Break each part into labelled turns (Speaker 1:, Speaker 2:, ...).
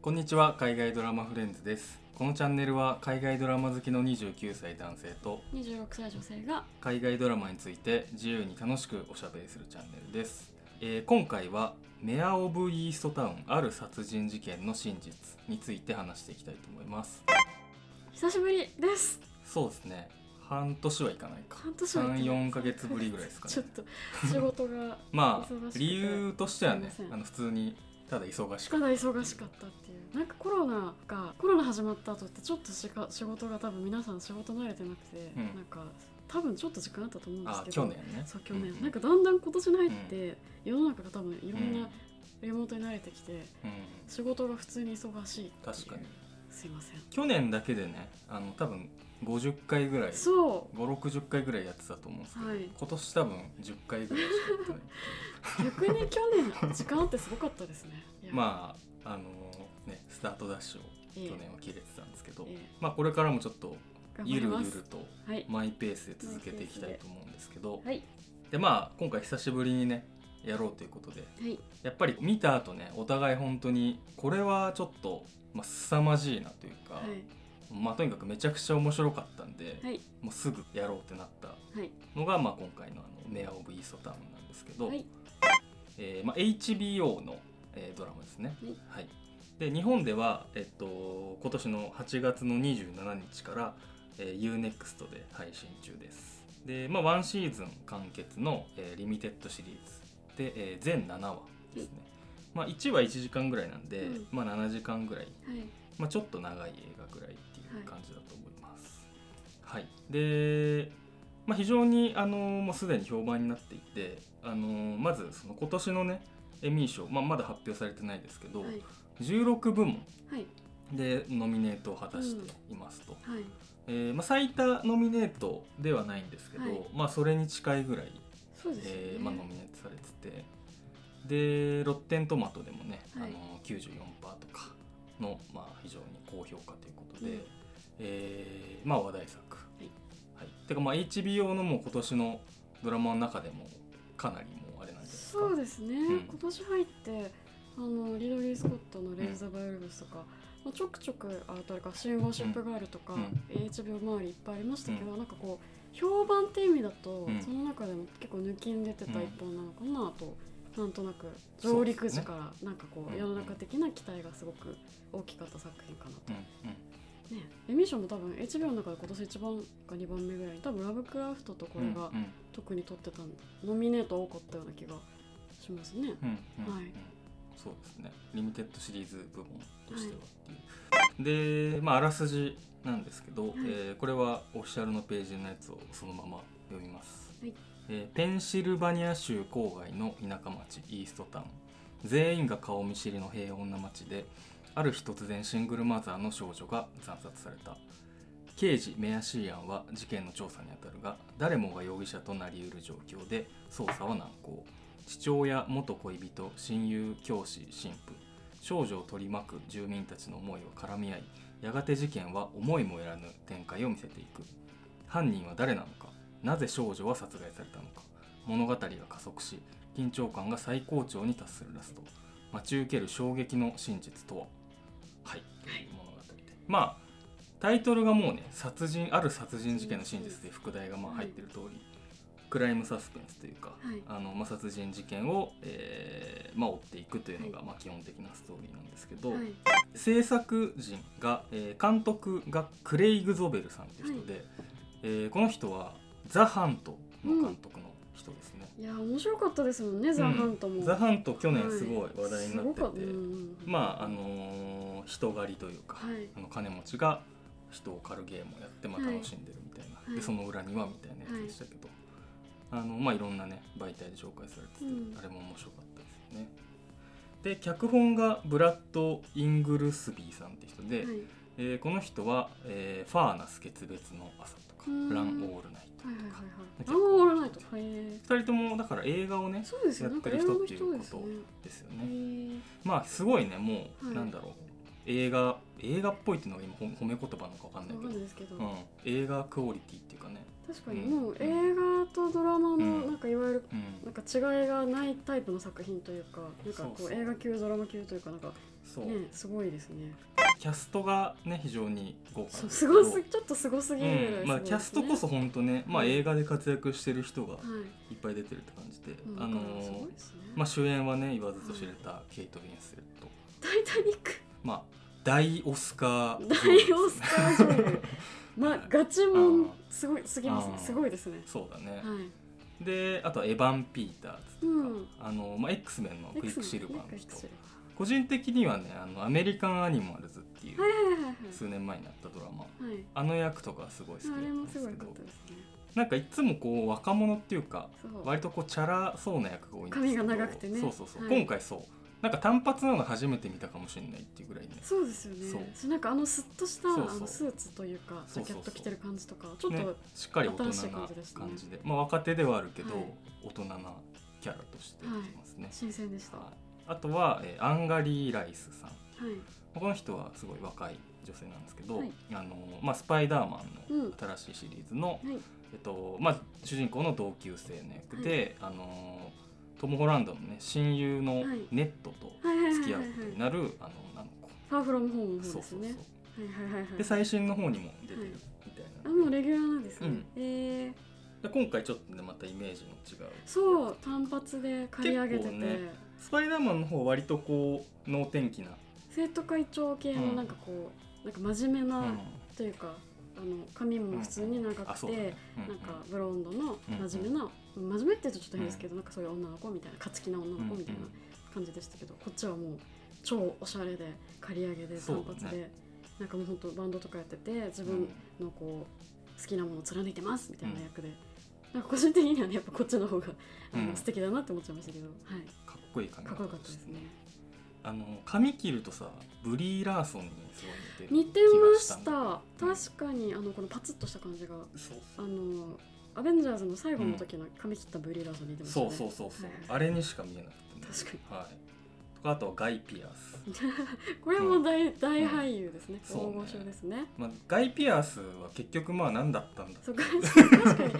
Speaker 1: こんにちは海外ドラマフレンズですこのチャンネルは海外ドラマ好きの29歳男性と
Speaker 2: 26歳女性が
Speaker 1: 海外ドラマについて自由に楽しくおしゃべりするチャンネルです、えー今回はメア・オブ・イーストタウンある殺人事件の真実について話していきたいと思います
Speaker 2: 久しぶりです
Speaker 1: そうですね半年はいかないか
Speaker 2: 半年はいかない
Speaker 1: 34ヶ月ぶりぐらいですか
Speaker 2: ちょっ
Speaker 1: ね
Speaker 2: と仕事が
Speaker 1: ま
Speaker 2: 忙しく
Speaker 1: あ
Speaker 2: て
Speaker 1: 理由としてはね
Speaker 2: すいません
Speaker 1: あの普通にただ忙し
Speaker 2: か
Speaker 1: く
Speaker 2: なり忙しかったっていうなんかコロナがコロナ始まった後ってちょっとしか仕事が多分皆さん仕事慣れてなくて、
Speaker 1: うん
Speaker 2: なんか多分ちょっと時間あったと思うんです
Speaker 1: あ
Speaker 2: けど
Speaker 1: 去年ね
Speaker 2: そう去年、
Speaker 1: うん
Speaker 2: なんかだんだん今年に入って、世の中が多分いろんなリモートに慣れてきて、
Speaker 1: うんうん
Speaker 2: 仕事が普通に忙しいっていう
Speaker 1: 確かに
Speaker 2: すいません
Speaker 1: 去年だけでねあの多分50回ぐらい
Speaker 2: そ
Speaker 1: 560回ぐらいやってたと思うんですけど、
Speaker 2: はい
Speaker 1: 今年多分10回ぐらいしかやって ない
Speaker 2: う逆に去年時間あってすごかったですねいや
Speaker 1: まああのねスタートダッシュを
Speaker 2: ええ
Speaker 1: 去年は切れてたんですけど、
Speaker 2: ええ
Speaker 1: まあこれからもちょっと
Speaker 2: 頑張
Speaker 1: ゆ
Speaker 2: り
Speaker 1: る
Speaker 2: ま
Speaker 1: ゆ
Speaker 2: す
Speaker 1: ると
Speaker 2: はい
Speaker 1: マイペースで続けていきたいと思うんですけど
Speaker 2: はい
Speaker 1: でまあ今回久しぶりにねやろうということで
Speaker 2: はい
Speaker 1: やっぱり見た後ねお互い本当にこれはちょっと、まあ、凄まじいなというか、
Speaker 2: はい
Speaker 1: まあとにかくめちゃくちゃ面白かったんで、
Speaker 2: はい
Speaker 1: もうすぐやろうってなった
Speaker 2: はい
Speaker 1: のが、まあ、今回のあの「メア・オブ・イーストタウン」なんですけど、
Speaker 2: はい
Speaker 1: えーまあ、HBO の、えードラマですね。は
Speaker 2: はい
Speaker 1: い、で日本では、えっと、今年の8月の27日から、えー、UNEXT で配信中です。で、まあ、1シーズン完結の、えーリミテッドシリーズで、えー全7話ですね。まあ、1話1時間ぐらいなんで、
Speaker 2: うん
Speaker 1: まあ、7時間ぐらい
Speaker 2: はい
Speaker 1: まあ、ちょっと長い映画ぐらいっていう感じだと思います。はい、で、まあ、非常にあのもうすでに評判になっていてあのまずその今年のねエミー賞、まあ、まだ発表されてないですけど、
Speaker 2: はい
Speaker 1: 16部門
Speaker 2: はい
Speaker 1: でノミネートを果たしていますと、
Speaker 2: はい
Speaker 1: えーまあ、最多ノミネートではないんですけど、
Speaker 2: はい
Speaker 1: まあ、それに近いぐらい、
Speaker 2: そうですよね、
Speaker 1: えーまあ、ノミネートされててでロッテントマトでもね、
Speaker 2: はい
Speaker 1: あの94%とかの、まあ、非常に高評価ということで、
Speaker 2: うん
Speaker 1: えーまあ、話題作、
Speaker 2: い
Speaker 1: はいてかまあ HBO のもう今年のドラマの中でもかなりもうあれなんじゃないですか
Speaker 2: そうですね、
Speaker 1: ん
Speaker 2: 今年入ってあのリドリー・スコットの「レイズ・ザ・バイオルブス」とか、まあ、ちょくちょくあ誰かシンゴーシップガールとか、
Speaker 1: うん
Speaker 2: HBO 周りいっぱいありましたけど、なんかこう評判って意味だと、
Speaker 1: うん
Speaker 2: その中でも結構抜きん出てた一本なのかなと、なんとな
Speaker 1: そ
Speaker 2: く
Speaker 1: うですね
Speaker 2: 上陸時からなんかこ
Speaker 1: う
Speaker 2: う、
Speaker 1: ん
Speaker 2: 世の中的な期待がすごく大きかった作品かな
Speaker 1: う
Speaker 2: と、
Speaker 1: んうん
Speaker 2: ねエミー賞も多分 HBO の中で今年1番か2番目ぐらいに多分「ラブクラフト」とこれが
Speaker 1: うんうん
Speaker 2: 特に取ってたんノミネート多かったような気がしますね。
Speaker 1: うんうん
Speaker 2: はい
Speaker 1: そうですねリミテッドシリーズ部門としてはっていう、で、まあ、あらすじなんですけど、
Speaker 2: い
Speaker 1: えーこれはオフィシャルのページのやつをそのまま読みます、
Speaker 2: はい
Speaker 1: えーペンシルバニア州郊外の田舎町イーストタウン全員が顔見知りの平穏な町である日突然シングルマザーの少女が惨殺された刑事メアシーアンは事件の調査に当たるが誰もが容疑者となり得る状況で捜査は難航父親元恋人親友教師神父少女を取り巻く住民たちの思いを絡み合いやがて事件は思いもよらぬ展開を見せていく犯人は誰なのかなぜ少女は殺害されたのか物語が加速し緊張感が最高潮に達するラスト待ち受ける衝撃の真実とははいという物語でまあタイトルがもうね殺人ある殺人事件の真実で副題がまあ入ってる通りクライムサスペンスというか、
Speaker 2: はい
Speaker 1: あのまあ殺人事件を、えーまあ、追っていくというのが、
Speaker 2: は
Speaker 1: まあ、基本的なストーリーなんですけど、
Speaker 2: はい、
Speaker 1: 制作人が、えー監督がクレイグ・ゾベルさんという人で、えーこの人は「ザ・ハント」の監督の人ですね。
Speaker 2: いや面白かったですもんね、ザ・ハントも。
Speaker 1: ザ・ハント去年すごい話題になってて、
Speaker 2: はいすごかうんうんうん
Speaker 1: まああのー人狩りというか、
Speaker 2: はい
Speaker 1: あの金持ちが人を狩るゲームをやってまあ
Speaker 2: はい
Speaker 1: 楽しんでるみたいな、
Speaker 2: は
Speaker 1: で
Speaker 2: い
Speaker 1: その裏にはみたいなやつでしたけど、あのまあいろんなね媒体で紹介されてて、
Speaker 2: うん
Speaker 1: あれも面白かったですよね。で脚本がブラッド・イングルスビーさんって人で、
Speaker 2: はい
Speaker 1: えーこの人は、えーファーナス決別の朝」とか「
Speaker 2: うん
Speaker 1: ラン・オールナイト
Speaker 2: はいはいはい」
Speaker 1: 結
Speaker 2: はい。
Speaker 1: 構
Speaker 2: あんま終わらないと。はい」。
Speaker 1: 二人ともだから映画をね
Speaker 2: そうですよ、
Speaker 1: や
Speaker 2: な
Speaker 1: っ
Speaker 2: ん
Speaker 1: て
Speaker 2: か
Speaker 1: る
Speaker 2: 映
Speaker 1: 人
Speaker 2: 画
Speaker 1: っ
Speaker 2: の
Speaker 1: ていう
Speaker 2: 人
Speaker 1: こ
Speaker 2: です
Speaker 1: と
Speaker 2: よね。
Speaker 1: ですよ
Speaker 2: へ
Speaker 1: ね。
Speaker 2: ー
Speaker 1: まあすごいねもう、
Speaker 2: はい
Speaker 1: なんだろう映画映画っぽいっていうのが今ほん褒め言葉なのか分かんない
Speaker 2: わ
Speaker 1: けど
Speaker 2: かんないですけど、
Speaker 1: うん、映画クオリティっていうかね、
Speaker 2: 確かに
Speaker 1: うん
Speaker 2: もう映画とドラマの
Speaker 1: うん
Speaker 2: なんかいわゆる
Speaker 1: うん、
Speaker 2: なんか違いがないタイプの作品というかなんか
Speaker 1: そう
Speaker 2: こ
Speaker 1: そう
Speaker 2: う映画級ドラマ級というかなんか
Speaker 1: そう、
Speaker 2: ねすごいですね
Speaker 1: キャストがね非常に豪華
Speaker 2: そうすご
Speaker 1: そ
Speaker 2: す
Speaker 1: う
Speaker 2: ちょっとすごすぎ
Speaker 1: う
Speaker 2: るぐらいすごいですね、
Speaker 1: んまあ、キャストこそ本当ね、まあ、
Speaker 2: うん
Speaker 1: 映画で活躍してる人が
Speaker 2: はい
Speaker 1: いっぱい出てるって感じで、
Speaker 2: うん
Speaker 1: あの
Speaker 2: だからすごい
Speaker 1: ー
Speaker 2: ですね、
Speaker 1: まあ、主演はね言わずと知れたケイト・ウィンスレット、
Speaker 2: タイタニック
Speaker 1: まあ、大オスカー女優です
Speaker 2: 大オスカー女 優まあガチもんすごいすぎます
Speaker 1: あ
Speaker 2: ね
Speaker 1: ー
Speaker 2: すごいですね
Speaker 1: そうだね、
Speaker 2: はい
Speaker 1: であとはエヴァン・ピーターズとか、
Speaker 2: うん
Speaker 1: あのまあ、X メンのクイックシルバーの
Speaker 2: エク
Speaker 1: 人
Speaker 2: シル
Speaker 1: 個人的にはねあのアメリカン・アニマルズっていう
Speaker 2: バーはいはいはい
Speaker 1: 数年前になったドラマ
Speaker 2: はいはい
Speaker 1: あの役とかすごい好きだっ
Speaker 2: あ
Speaker 1: た
Speaker 2: れ
Speaker 1: ん
Speaker 2: も
Speaker 1: ですす
Speaker 2: ご
Speaker 1: け
Speaker 2: い良か
Speaker 1: ど
Speaker 2: ったですね
Speaker 1: なんかいつもこう若者っていうか
Speaker 2: そう
Speaker 1: 割とこうチャラそうな役が多いんですけど
Speaker 2: 髪が長くてね
Speaker 1: そうそうそう、
Speaker 2: はい
Speaker 1: 今回そうなんか単発なの初めて見たかもしれないっていうぐらいね
Speaker 2: そうですよね
Speaker 1: そう
Speaker 2: そうなんかあのスッとした
Speaker 1: そうそう
Speaker 2: あのスーツというかジ
Speaker 1: そうそうそう
Speaker 2: ャケット着てる感じとかちょっと、
Speaker 1: ね、しっかり大
Speaker 2: 新し
Speaker 1: 人
Speaker 2: い
Speaker 1: な
Speaker 2: 感じですね
Speaker 1: 感じで、まあ、若手ではあるけど、
Speaker 2: はい
Speaker 1: 大人なキャラとして出てますね、
Speaker 2: 新鮮でした、
Speaker 1: は
Speaker 2: はい
Speaker 1: あとは、えーアンガリー・ライスさん
Speaker 2: い、
Speaker 1: この人はすごい若い女性なんですけど、
Speaker 2: はい
Speaker 1: あのまあ、スパイダーマン
Speaker 2: う
Speaker 1: の
Speaker 2: ん
Speaker 1: 新しいシリーズの、
Speaker 2: はい
Speaker 1: えっとまあ、主人公の同級生の役で、あのトム・ホランドの、ね、親友の
Speaker 2: はい
Speaker 1: ネットと
Speaker 2: はいはいはい
Speaker 1: 付
Speaker 2: はい
Speaker 1: き合
Speaker 2: はいう
Speaker 1: ことになる、あの女の子、
Speaker 2: ファーフロムホームの
Speaker 1: そ
Speaker 2: 方
Speaker 1: うそ
Speaker 2: です
Speaker 1: う
Speaker 2: ね
Speaker 1: そう
Speaker 2: はいはいはいはい
Speaker 1: で最新の方にも出てるみたい
Speaker 2: あ
Speaker 1: な、
Speaker 2: もうレギュラーなんですね、
Speaker 1: うん
Speaker 2: えー、
Speaker 1: で今回ちょっとねまたイメージの違う
Speaker 2: そう単発で借り上げてて、
Speaker 1: 結構ねスパイダーマンの方は割とこう能天気な、
Speaker 2: 生徒会長系のなんかこう、なんか真面目な、
Speaker 1: うん
Speaker 2: というかあの髪も普通に長
Speaker 1: あ
Speaker 2: くて、
Speaker 1: そうだねう
Speaker 2: なんかブロンドの真面目な、真面目って言うとちょっと変ですけど、なんかそういう女の子みたいな勝ち気な女の子みたいな
Speaker 1: うんうん
Speaker 2: 感じでしたけど、こっちはもう超おしゃれで借り上げで
Speaker 1: そう
Speaker 2: 単
Speaker 1: だね
Speaker 2: 発で、なんかもう本当バンドとかやってて自
Speaker 1: うんうん
Speaker 2: 分のこう好きなものを貫いてますみたいな役で、なんか個人的にはねやっぱこっちの方があの、
Speaker 1: うん
Speaker 2: 素敵だなって思っちゃいましたけど、はい、
Speaker 1: かっこいい感じ
Speaker 2: かっこよかったですね。
Speaker 1: あの髪切るとさブリー・ラーソンにすごい
Speaker 2: 似
Speaker 1: 似て
Speaker 2: て
Speaker 1: る
Speaker 2: ま
Speaker 1: 気が
Speaker 2: し
Speaker 1: んだ
Speaker 2: た確かにあのこのパツッとした感じが
Speaker 1: そう
Speaker 2: あのアベンジャーズの最後の時の髪切ったブリーダーと似てましたね、
Speaker 1: そうそうそうそう、
Speaker 2: はい
Speaker 1: あれにしか見えなくて、
Speaker 2: 確
Speaker 1: かに、はい、とかあとはガイ・ピアス、
Speaker 2: これも大,、大俳優ですね、
Speaker 1: うん
Speaker 2: 大御所ですね
Speaker 1: まあ、ガイ・ピアスは結局まあ何だったんだ
Speaker 2: そう 確か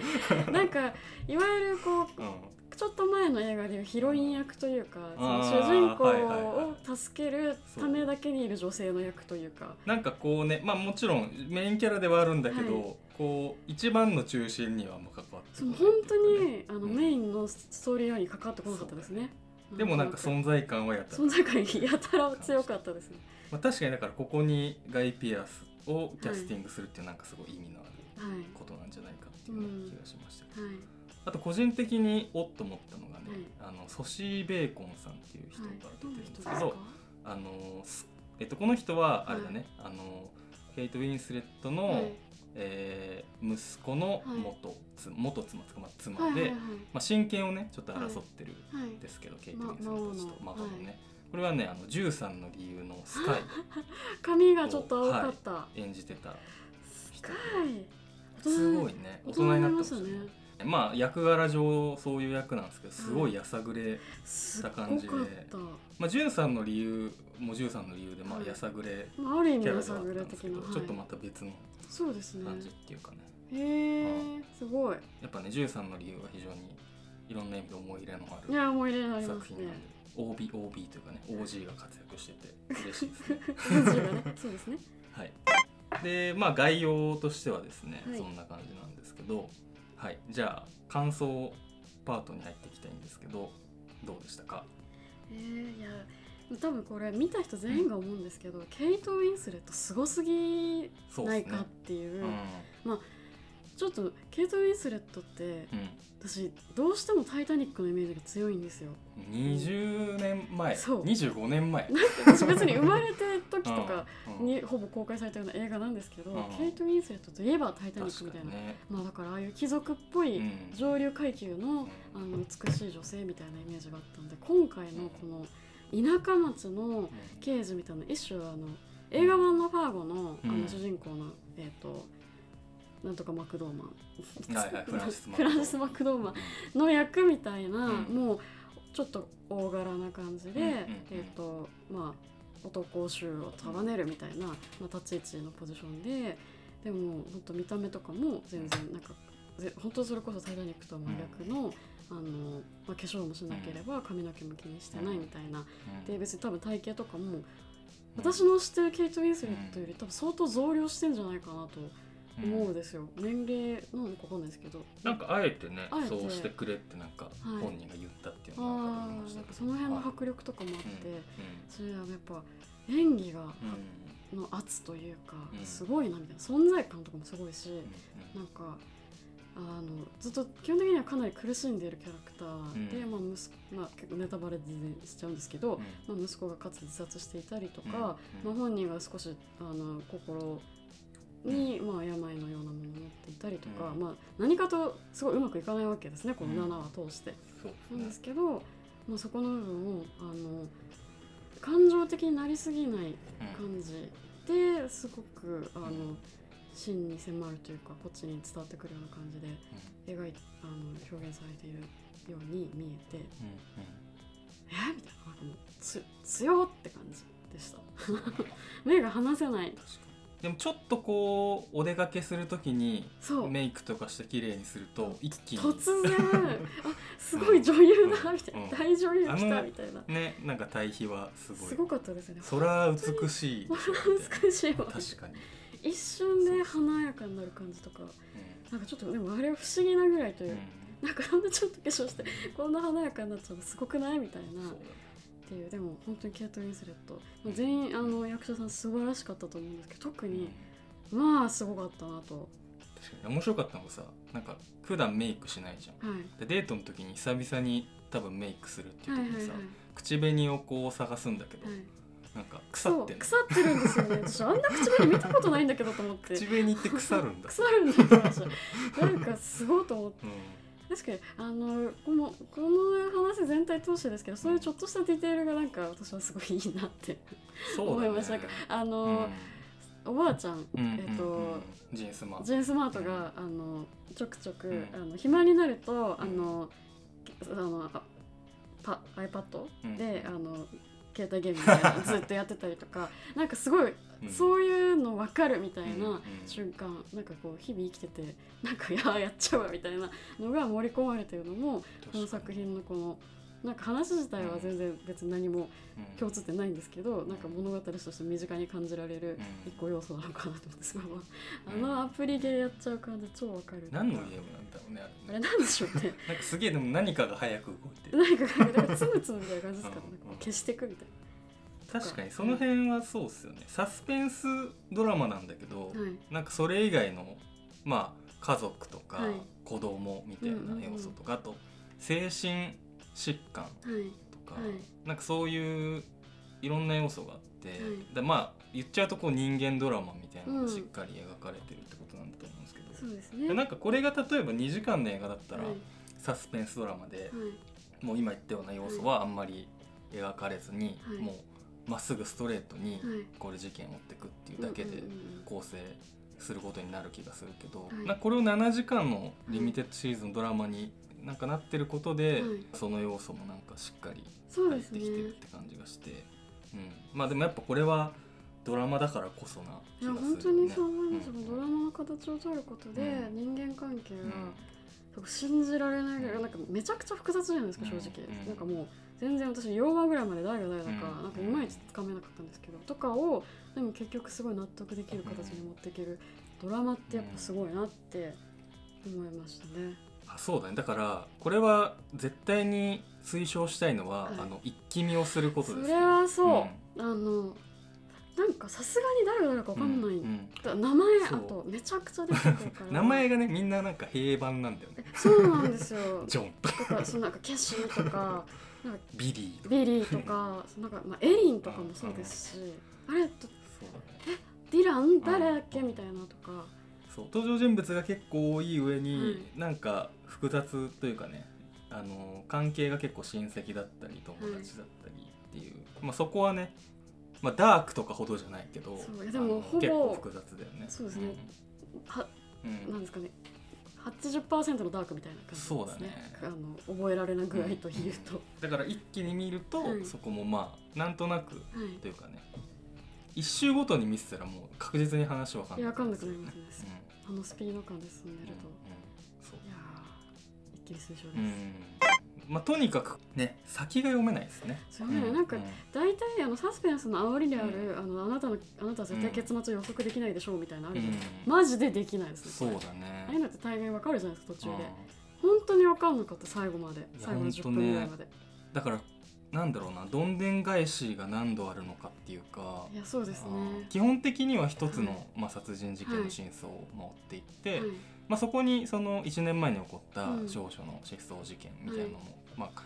Speaker 2: になんかいわゆるこ
Speaker 1: うん、
Speaker 2: うちょっと前の映画でいうヒロイン役というか、その
Speaker 1: あー
Speaker 2: 主人
Speaker 1: はいはいは
Speaker 2: 公を助けるためだけにいる女性の役というか
Speaker 1: なんかこうねまあもちろんメインキャラではあるんだけど、
Speaker 2: は
Speaker 1: こう一番の中心にはあんま関わって
Speaker 2: そ
Speaker 1: こ
Speaker 2: の
Speaker 1: ない
Speaker 2: 本当
Speaker 1: っていうかね
Speaker 2: に、あの
Speaker 1: うん
Speaker 2: メインのストーリーラインに関わってこなかったですね
Speaker 1: でもなんか存在感はやった
Speaker 2: 存在感やたら強かったですね
Speaker 1: まあ、確かにだからここにガイ・ピアスをキャスティングするっていうなんかすごい意味のある
Speaker 2: はい
Speaker 1: ことなんじゃないかっていうね、
Speaker 2: うん
Speaker 1: 気がしました
Speaker 2: はい
Speaker 1: あと個人的におっと思ったのがね、あのソシー・ベーコンさんっていう人
Speaker 2: はい
Speaker 1: が
Speaker 2: ど
Speaker 1: 出て
Speaker 2: んな
Speaker 1: るんで
Speaker 2: 人ですす
Speaker 1: け
Speaker 2: か
Speaker 1: ど、あのすえっと、この人はあれだね、あのケイト・ウィンスレットの、
Speaker 2: はい
Speaker 1: えー息子の
Speaker 2: はい
Speaker 1: 元妻、元妻つかまあ妻
Speaker 2: はい
Speaker 1: で、
Speaker 2: はいはい
Speaker 1: まあ、親権をねちょっと争ってる
Speaker 2: はい
Speaker 1: んですけど、ケイト・ウ
Speaker 2: ま
Speaker 1: ィンスレットたちと
Speaker 2: 魔王
Speaker 1: 孫の
Speaker 2: の
Speaker 1: ね、これはねあの13の理由のスカイ
Speaker 2: 髪がちょっと青かった、
Speaker 1: 演じてた
Speaker 2: スカイ
Speaker 1: すごいね大人
Speaker 2: 大人
Speaker 1: に
Speaker 2: に
Speaker 1: なっ
Speaker 2: な
Speaker 1: てま
Speaker 2: りまし
Speaker 1: したた
Speaker 2: ね
Speaker 1: ねまあ役柄上そういう役なんですけどすごいやさぐれ、
Speaker 2: す
Speaker 1: た
Speaker 2: っごか
Speaker 1: 感
Speaker 2: っ
Speaker 1: じで
Speaker 2: た、
Speaker 1: まあ、じゅんさんの理由もじゅんさんの理由でま
Speaker 2: は
Speaker 1: あ
Speaker 2: い
Speaker 1: やさぐれ
Speaker 2: まあ、ある意味
Speaker 1: キャラ
Speaker 2: の
Speaker 1: ではあっ
Speaker 2: さ
Speaker 1: たんですけ
Speaker 2: ぐれ的
Speaker 1: ど、
Speaker 2: な、はい、
Speaker 1: ちょっとまた別の
Speaker 2: そうですね
Speaker 1: 感じっていうかね
Speaker 2: へえすごい
Speaker 1: やっぱねじゅんさんの理由は非常にいろんな意味で思い入れの
Speaker 2: い
Speaker 1: あ
Speaker 2: や思い入れあ
Speaker 1: る
Speaker 2: り
Speaker 1: 作
Speaker 2: ます
Speaker 1: 品
Speaker 2: ね
Speaker 1: なんで OBOB というかね OG が活躍して て嬉しいですね
Speaker 2: 文字がねそうですね
Speaker 1: はい、でまあ概要としてはですね、
Speaker 2: はい
Speaker 1: そんな感じなんですけど、はい、じゃあ感想パートに入っていきたいんですけどどうでしたか
Speaker 2: えー、いや多分これ見た人全員が思うんですけど、ケイト・ウィンスレットすごすぎ
Speaker 1: そう
Speaker 2: な
Speaker 1: で
Speaker 2: い
Speaker 1: すね
Speaker 2: かっていう
Speaker 1: うんうん
Speaker 2: ちょっとケイト・ウィンスレットって私どうしても「タイタニック」のイメージが強いんですよ
Speaker 1: 20年前
Speaker 2: そう
Speaker 1: 25年前
Speaker 2: 私別に生まれてる時とか、
Speaker 1: うんうん
Speaker 2: にほぼ公開されたような映画なんですけど、
Speaker 1: うん
Speaker 2: ケイト・ウィンスレットといえば「タイタニック」
Speaker 1: 確
Speaker 2: み
Speaker 1: か
Speaker 2: たい
Speaker 1: に
Speaker 2: な、
Speaker 1: ね、
Speaker 2: まあだからああいう貴族っぽ
Speaker 1: う
Speaker 2: い
Speaker 1: ん
Speaker 2: 上流階級の,、
Speaker 1: うん
Speaker 2: あの美しい女性みたいなイメージがあったので今回のこの田舎町の刑事みたいな一種あの映画版の「ファーゴの」あ
Speaker 1: うん
Speaker 2: の主人公の、えっ、となんとかマクドーマン
Speaker 1: はいはいフランシスマクドーマン
Speaker 2: フランシスマクドーマンの役みたいな、
Speaker 1: うん
Speaker 2: もうちょっと大柄な感じで、
Speaker 1: うんうんうん
Speaker 2: えっ、とまあ男を衆を束ねるみたいな、まあ、立ち位置のポジションででも本当見た目とかも全然なんかぜ本当それこそタイタニックとは真逆の,、あのまあ、化粧もしなければ髪の毛も気にしてないみたいな、
Speaker 1: うん
Speaker 2: で別に多分体型とかも
Speaker 1: うん
Speaker 2: 私の知ってるケイト・ウィンスレットより多分相当増量してんじゃないかなと思うですよ、年齢なのか分かんないですけど
Speaker 1: なんかあえてね
Speaker 2: あえて
Speaker 1: そうしてくれってなんか
Speaker 2: い
Speaker 1: 本人が言ったっていう
Speaker 2: あ
Speaker 1: のが分かりま
Speaker 2: ー
Speaker 1: し
Speaker 2: な
Speaker 1: た
Speaker 2: ん
Speaker 1: け
Speaker 2: か
Speaker 1: ど
Speaker 2: その辺の
Speaker 1: はい
Speaker 2: 迫力とかもあって、
Speaker 1: う
Speaker 2: それはやっぱ演技が、
Speaker 1: んうん
Speaker 2: の圧というか、
Speaker 1: うん
Speaker 2: すごいなみたいな存在感とかもすごいし、
Speaker 1: うん
Speaker 2: なんかあのずっと基本的にはかなり苦しんでいるキャラクターで、
Speaker 1: うん
Speaker 2: まあ息子まあ、結構ネタバレ全然しちゃうんですけど、
Speaker 1: うん
Speaker 2: まあ、息子がかつ自殺していたりとか、
Speaker 1: うん
Speaker 2: まあ、
Speaker 1: うん
Speaker 2: 本人が少しあの心に、まあ、病のようなものを持っていたりとか、
Speaker 1: うん
Speaker 2: まあ、何かとすごいうまくいかないわけですねこの
Speaker 1: うん
Speaker 2: 7話通して。
Speaker 1: そう
Speaker 2: なん
Speaker 1: で
Speaker 2: ですすけど、まあ、そこの部分をあの感情的になりすぎない
Speaker 1: ねうん
Speaker 2: 感じですごくあの真に迫るというかこっちに伝わってくるような感じで描いあの表現されているように見えて
Speaker 1: うんうん
Speaker 2: えみたいななんかもうつ強って感じでした 目が離せない
Speaker 1: 確かにでもちょっとこうお出かけするときに
Speaker 2: そう
Speaker 1: メイクとかして綺麗にすると一気に
Speaker 2: 突 然あすごい女優だみたいな、
Speaker 1: うん
Speaker 2: 大女優来
Speaker 1: あ
Speaker 2: た
Speaker 1: の
Speaker 2: みたいな
Speaker 1: ねなんか対比はすごい
Speaker 2: すごかったですね
Speaker 1: そら美し いでしょみたいな
Speaker 2: 美しいわ
Speaker 1: 確かに、
Speaker 2: 一瞬で華やかになる感じとか
Speaker 1: う
Speaker 2: なんかちょっとでもあれは不思議なぐらいとい
Speaker 1: ん
Speaker 2: う、
Speaker 1: うん
Speaker 2: なんかなんでちょっと化粧してこんな華やかになっちゃうのすごくないみたいな
Speaker 1: そうだ
Speaker 2: っ
Speaker 1: ね
Speaker 2: ていうでも本当にケイト・ウィンスレット全員あの役者さん素晴らしかったと思うんですけど特
Speaker 1: うん
Speaker 2: にまあすごかったなと
Speaker 1: 確かに面白かったのがさなんか普段メイクしないじゃん
Speaker 2: はい
Speaker 1: でデートの時に久々に多分メイクするってい
Speaker 2: は
Speaker 1: う
Speaker 2: いはい
Speaker 1: 時
Speaker 2: はい
Speaker 1: にさ、口紅をこう探すんだけど、
Speaker 2: はい
Speaker 1: なんか腐
Speaker 2: そ
Speaker 1: っ
Speaker 2: う
Speaker 1: てんの
Speaker 2: 腐ってるんですよね私あんな口紅見たことないんだけどと思 って
Speaker 1: 口紅って腐るん だ
Speaker 2: 腐るんだって話なんかすごいと思って
Speaker 1: うん
Speaker 2: 確かにあのこのこの話全体通してですけどそういうちょっとしたディテールがなんか私はすごいいいなって
Speaker 1: そうだ
Speaker 2: 思いました
Speaker 1: ね
Speaker 2: かあ
Speaker 1: う
Speaker 2: の、おばあちゃん、
Speaker 1: んうん
Speaker 2: えっと、
Speaker 1: うんうんジェーンスマート
Speaker 2: ジェーン・スマートが、あのちょくちょく、
Speaker 1: うん
Speaker 2: あの暇になると、
Speaker 1: ん
Speaker 2: あのあのあパ iPad、
Speaker 1: うん
Speaker 2: であの携帯ゲームみたいなのずっとやってたりとか なんかすごい、
Speaker 1: うん
Speaker 2: そういうの分かるみたい
Speaker 1: うんうん
Speaker 2: な瞬間、なんかこう日々生きててなんかいややっちゃうわみたいなのが盛り込まれてるのも
Speaker 1: 確
Speaker 2: こ
Speaker 1: か
Speaker 2: の
Speaker 1: に
Speaker 2: 作品のこの。なんか話自体は全然別に何も
Speaker 1: うん
Speaker 2: 共通点ないんですけど、なんか物語として身近に感じられる
Speaker 1: うん
Speaker 2: 一個要素なのかなと思って すごいあ
Speaker 1: うん
Speaker 2: のアプリゲーやっちゃう感じ超わかる
Speaker 1: 何のゲームなんだろうねあ
Speaker 2: あ
Speaker 1: れ
Speaker 2: れ
Speaker 1: ね
Speaker 2: なんでしょうね
Speaker 1: なんかすげえでも何かが早く動いてる
Speaker 2: 何かなんかつむつむみたいな感じですか
Speaker 1: う
Speaker 2: ら、
Speaker 1: ん
Speaker 2: なんかこう消していくみたい
Speaker 1: 確かにその辺はそうっすよねサスペンスドラマなんだけど、
Speaker 2: な、はい、
Speaker 1: なんかそれ以外のまあ家族とか
Speaker 2: はい
Speaker 1: 子供みたいな要素とか、あと精神疾患
Speaker 2: はい、
Speaker 1: とか、
Speaker 2: はい
Speaker 1: なんかそういういろんな要素があって、
Speaker 2: い
Speaker 1: でまあ言っちゃうとこう人間ドラマみたいなの
Speaker 2: う
Speaker 1: が
Speaker 2: ん
Speaker 1: しっかり描かれてるってことなんだと思うんですけど、
Speaker 2: そうですね
Speaker 1: でな
Speaker 2: っ
Speaker 1: んかこれが例えば2時間の映画だったら、
Speaker 2: はい、
Speaker 1: サスペンスドラマで、
Speaker 2: はい
Speaker 1: もう今言ったような要素はあんまり描かれずに、
Speaker 2: はい
Speaker 1: もうまっすぐストレートに
Speaker 2: はい
Speaker 1: これ事件を追ってくっていうだけで
Speaker 2: うんうんうん
Speaker 1: 構成することになる気がするけど、
Speaker 2: はい
Speaker 1: なんかこれを7時間のリミテッドシリーズのドラマになんかなってることで、
Speaker 2: はい
Speaker 1: その要素もなんかしっかり
Speaker 2: そう
Speaker 1: 入っ
Speaker 2: です
Speaker 1: て
Speaker 2: ね
Speaker 1: きてるって感じがしてう、ん、まあでもやっぱこれはドラマだからこそない気
Speaker 2: や
Speaker 1: がする
Speaker 2: 本当にそう思います、
Speaker 1: うん
Speaker 2: ドラマの形を取ることで、
Speaker 1: う
Speaker 2: 人間関係が、
Speaker 1: うん
Speaker 2: 信じられないぐらい、
Speaker 1: うん
Speaker 2: なんかめちゃくちゃ複雑じゃないですか
Speaker 1: うん
Speaker 2: 正直、
Speaker 1: うん
Speaker 2: なんかもう全然私4話ぐらいまで誰が誰だか、
Speaker 1: うん
Speaker 2: なんかいまいちつかめなかったんですけど、とかをでも結局すごい納得できる形に持っていけるドラマってやっぱすごいなって思いましたね。
Speaker 1: あそうだねだからこれは絶対に推奨したいのは、
Speaker 2: はい
Speaker 1: あの一気見をすること
Speaker 2: そ
Speaker 1: ですね、
Speaker 2: れはそ
Speaker 1: ん
Speaker 2: う、あのなんかさすがに誰が誰かわかんない、
Speaker 1: うんうん
Speaker 2: だ名前
Speaker 1: そう
Speaker 2: あとめちゃくちゃ出てくるか ら
Speaker 1: 名前がねみんななんか平板なんだよね
Speaker 2: そうなんです よ
Speaker 1: ジョンと
Speaker 2: だからそのなんかキャシーとか
Speaker 1: ビリーとか
Speaker 2: ビリーとかそのなんか、まあ、エリンとかもそうですし、あれ
Speaker 1: そ
Speaker 2: と
Speaker 1: うだね
Speaker 2: ディラン誰だっけみたいなとか、
Speaker 1: そう登場人物が結構多い上に、
Speaker 2: はい
Speaker 1: なんか複雑というかねあの関係が結構親戚だったり友達だったりっていう、まあ、そこはね、まあ、ダークとかほどじゃないけど
Speaker 2: そういや
Speaker 1: あ
Speaker 2: でも
Speaker 1: の
Speaker 2: ほぼ
Speaker 1: 結構複雑だよね
Speaker 2: そうですねは
Speaker 1: うんうん
Speaker 2: なんですかね80%のダークみたいな感じですね
Speaker 1: そうだね
Speaker 2: あの覚えられな具合と比喩と、
Speaker 1: だから一気に見ると、
Speaker 2: はい
Speaker 1: そこもまあなんとなく
Speaker 2: はい
Speaker 1: というかね一周ごとに見せたらもう確実に話わかん
Speaker 2: い
Speaker 1: な
Speaker 2: や
Speaker 1: い
Speaker 2: 分かんなくなりますね
Speaker 1: うん
Speaker 2: あのスピード感で進んでると、
Speaker 1: そう
Speaker 2: いやー一気に推奨
Speaker 1: う
Speaker 2: で
Speaker 1: んまあとにかくね先が読めないですね
Speaker 2: す、そうねなんか大体あのサスペンスの煽りである、あのあなたのあなたは絶対結末を予測できないでしょうみたいなのあ
Speaker 1: う
Speaker 2: る
Speaker 1: ん
Speaker 2: じゃないですか、マジでできないですね
Speaker 1: そう
Speaker 2: これ
Speaker 1: だ
Speaker 2: ああい
Speaker 1: ね
Speaker 2: うのって大概わかるじゃないですか途中で、
Speaker 1: うん
Speaker 2: 本当にわかんなかった最後ま
Speaker 1: い
Speaker 2: で
Speaker 1: や
Speaker 2: 最後の
Speaker 1: ほん
Speaker 2: 10
Speaker 1: と
Speaker 2: 分
Speaker 1: ね
Speaker 2: ぐらいまで、
Speaker 1: だからなんだろうなどんでん返しが何度あるのかっていうか
Speaker 2: いやそうですね
Speaker 1: あー基本的には一つ
Speaker 2: はい
Speaker 1: の、まあ、殺人事件
Speaker 2: は
Speaker 1: の
Speaker 2: い
Speaker 1: 真相を持っていって、
Speaker 2: はい
Speaker 1: まあ、そこにその1年前に起こった
Speaker 2: うん
Speaker 1: 少女の失踪事件みたいなのも、まあ、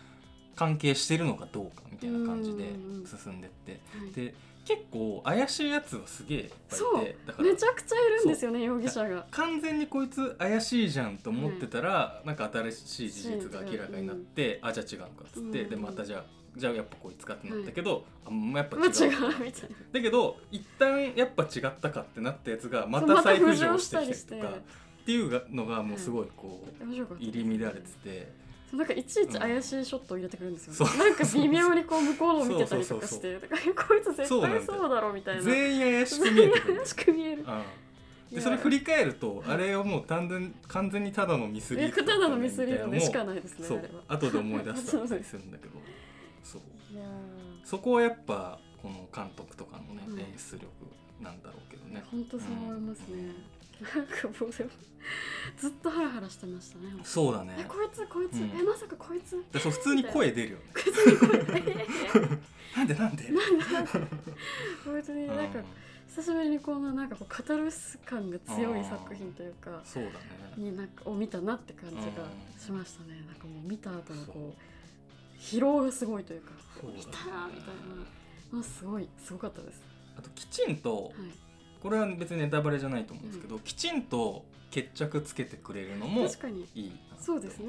Speaker 1: 関係してるのかどうかみたいな感じで
Speaker 2: うんうんうん
Speaker 1: 進んでって、
Speaker 2: はい
Speaker 1: で結構怪しいやつはすげえいっぱい
Speaker 2: そ
Speaker 1: いうてだから
Speaker 2: めちゃくちゃいるんですよね容疑者が。
Speaker 1: 完全にこいつ怪しいじゃんと思ってたら、なんか新しい事実が明らかになって、あじゃあ違うのかっつって、
Speaker 2: うん
Speaker 1: でまたじゃあじゃあやっぱこいつかってなったけど、あんまやっぱ
Speaker 2: まあ、違
Speaker 1: 違う
Speaker 2: うみたいな。
Speaker 1: だけど一旦やっぱ違ったかってなったやつがま
Speaker 2: そう
Speaker 1: た
Speaker 2: また
Speaker 1: 再浮
Speaker 2: 浮上
Speaker 1: 上
Speaker 2: し
Speaker 1: してき
Speaker 2: たり
Speaker 1: たり
Speaker 2: して
Speaker 1: とかっていうのがもうすごいこう
Speaker 2: 面白かったですね
Speaker 1: 入り乱れてて、
Speaker 2: そうなんかいちいち怪しいショットを入れてくるんですよ、
Speaker 1: そう
Speaker 2: なんか微妙にこう向こうのを見てたりとかし
Speaker 1: そうそうそうそ
Speaker 2: て、だからこいつ絶
Speaker 1: そうなんだ
Speaker 2: 対
Speaker 1: よ
Speaker 2: そうだろうみたいな。
Speaker 1: 全員怪しく見えてくる
Speaker 2: 怪しく見える。
Speaker 1: うん、でそれ振り返るとあれをもう完全完全にただのミスリード
Speaker 2: ただのミスリードでしか
Speaker 1: い
Speaker 2: ないですね。
Speaker 1: そう
Speaker 2: あれは
Speaker 1: 後で思い出したりするんだけどそう
Speaker 2: いや
Speaker 1: そこはやっぱこの監督とかのね、
Speaker 2: うん
Speaker 1: 演出力なんだろうけどね
Speaker 2: ー、本当そう思いますね。なんかもうでもずっとハラハラしてましたね。
Speaker 1: そうだね
Speaker 2: え、こいつ、こいつ、
Speaker 1: うん
Speaker 2: え、まさかこいつ、こ
Speaker 1: でそう普通に声出るよ ね
Speaker 2: いつにこいつ、
Speaker 1: なんでなんで
Speaker 2: 本当になんか
Speaker 1: うん
Speaker 2: 久しぶりにこのなんかこう語るス感が強い作品というか
Speaker 1: そうだね
Speaker 2: になんかを見たなって感じ
Speaker 1: う
Speaker 2: が
Speaker 1: ん
Speaker 2: しましたねなんかもう見た後の
Speaker 1: そう
Speaker 2: こう疲労がすごいというか
Speaker 1: そうだね
Speaker 2: 見たなみたいなのすごいすごかったです
Speaker 1: あときちんと
Speaker 2: はい
Speaker 1: これは別にネタバレじゃないと思うんですけど、きちんと決着つけてくれるのも
Speaker 2: 確かに
Speaker 1: いいなって思った
Speaker 2: そうですね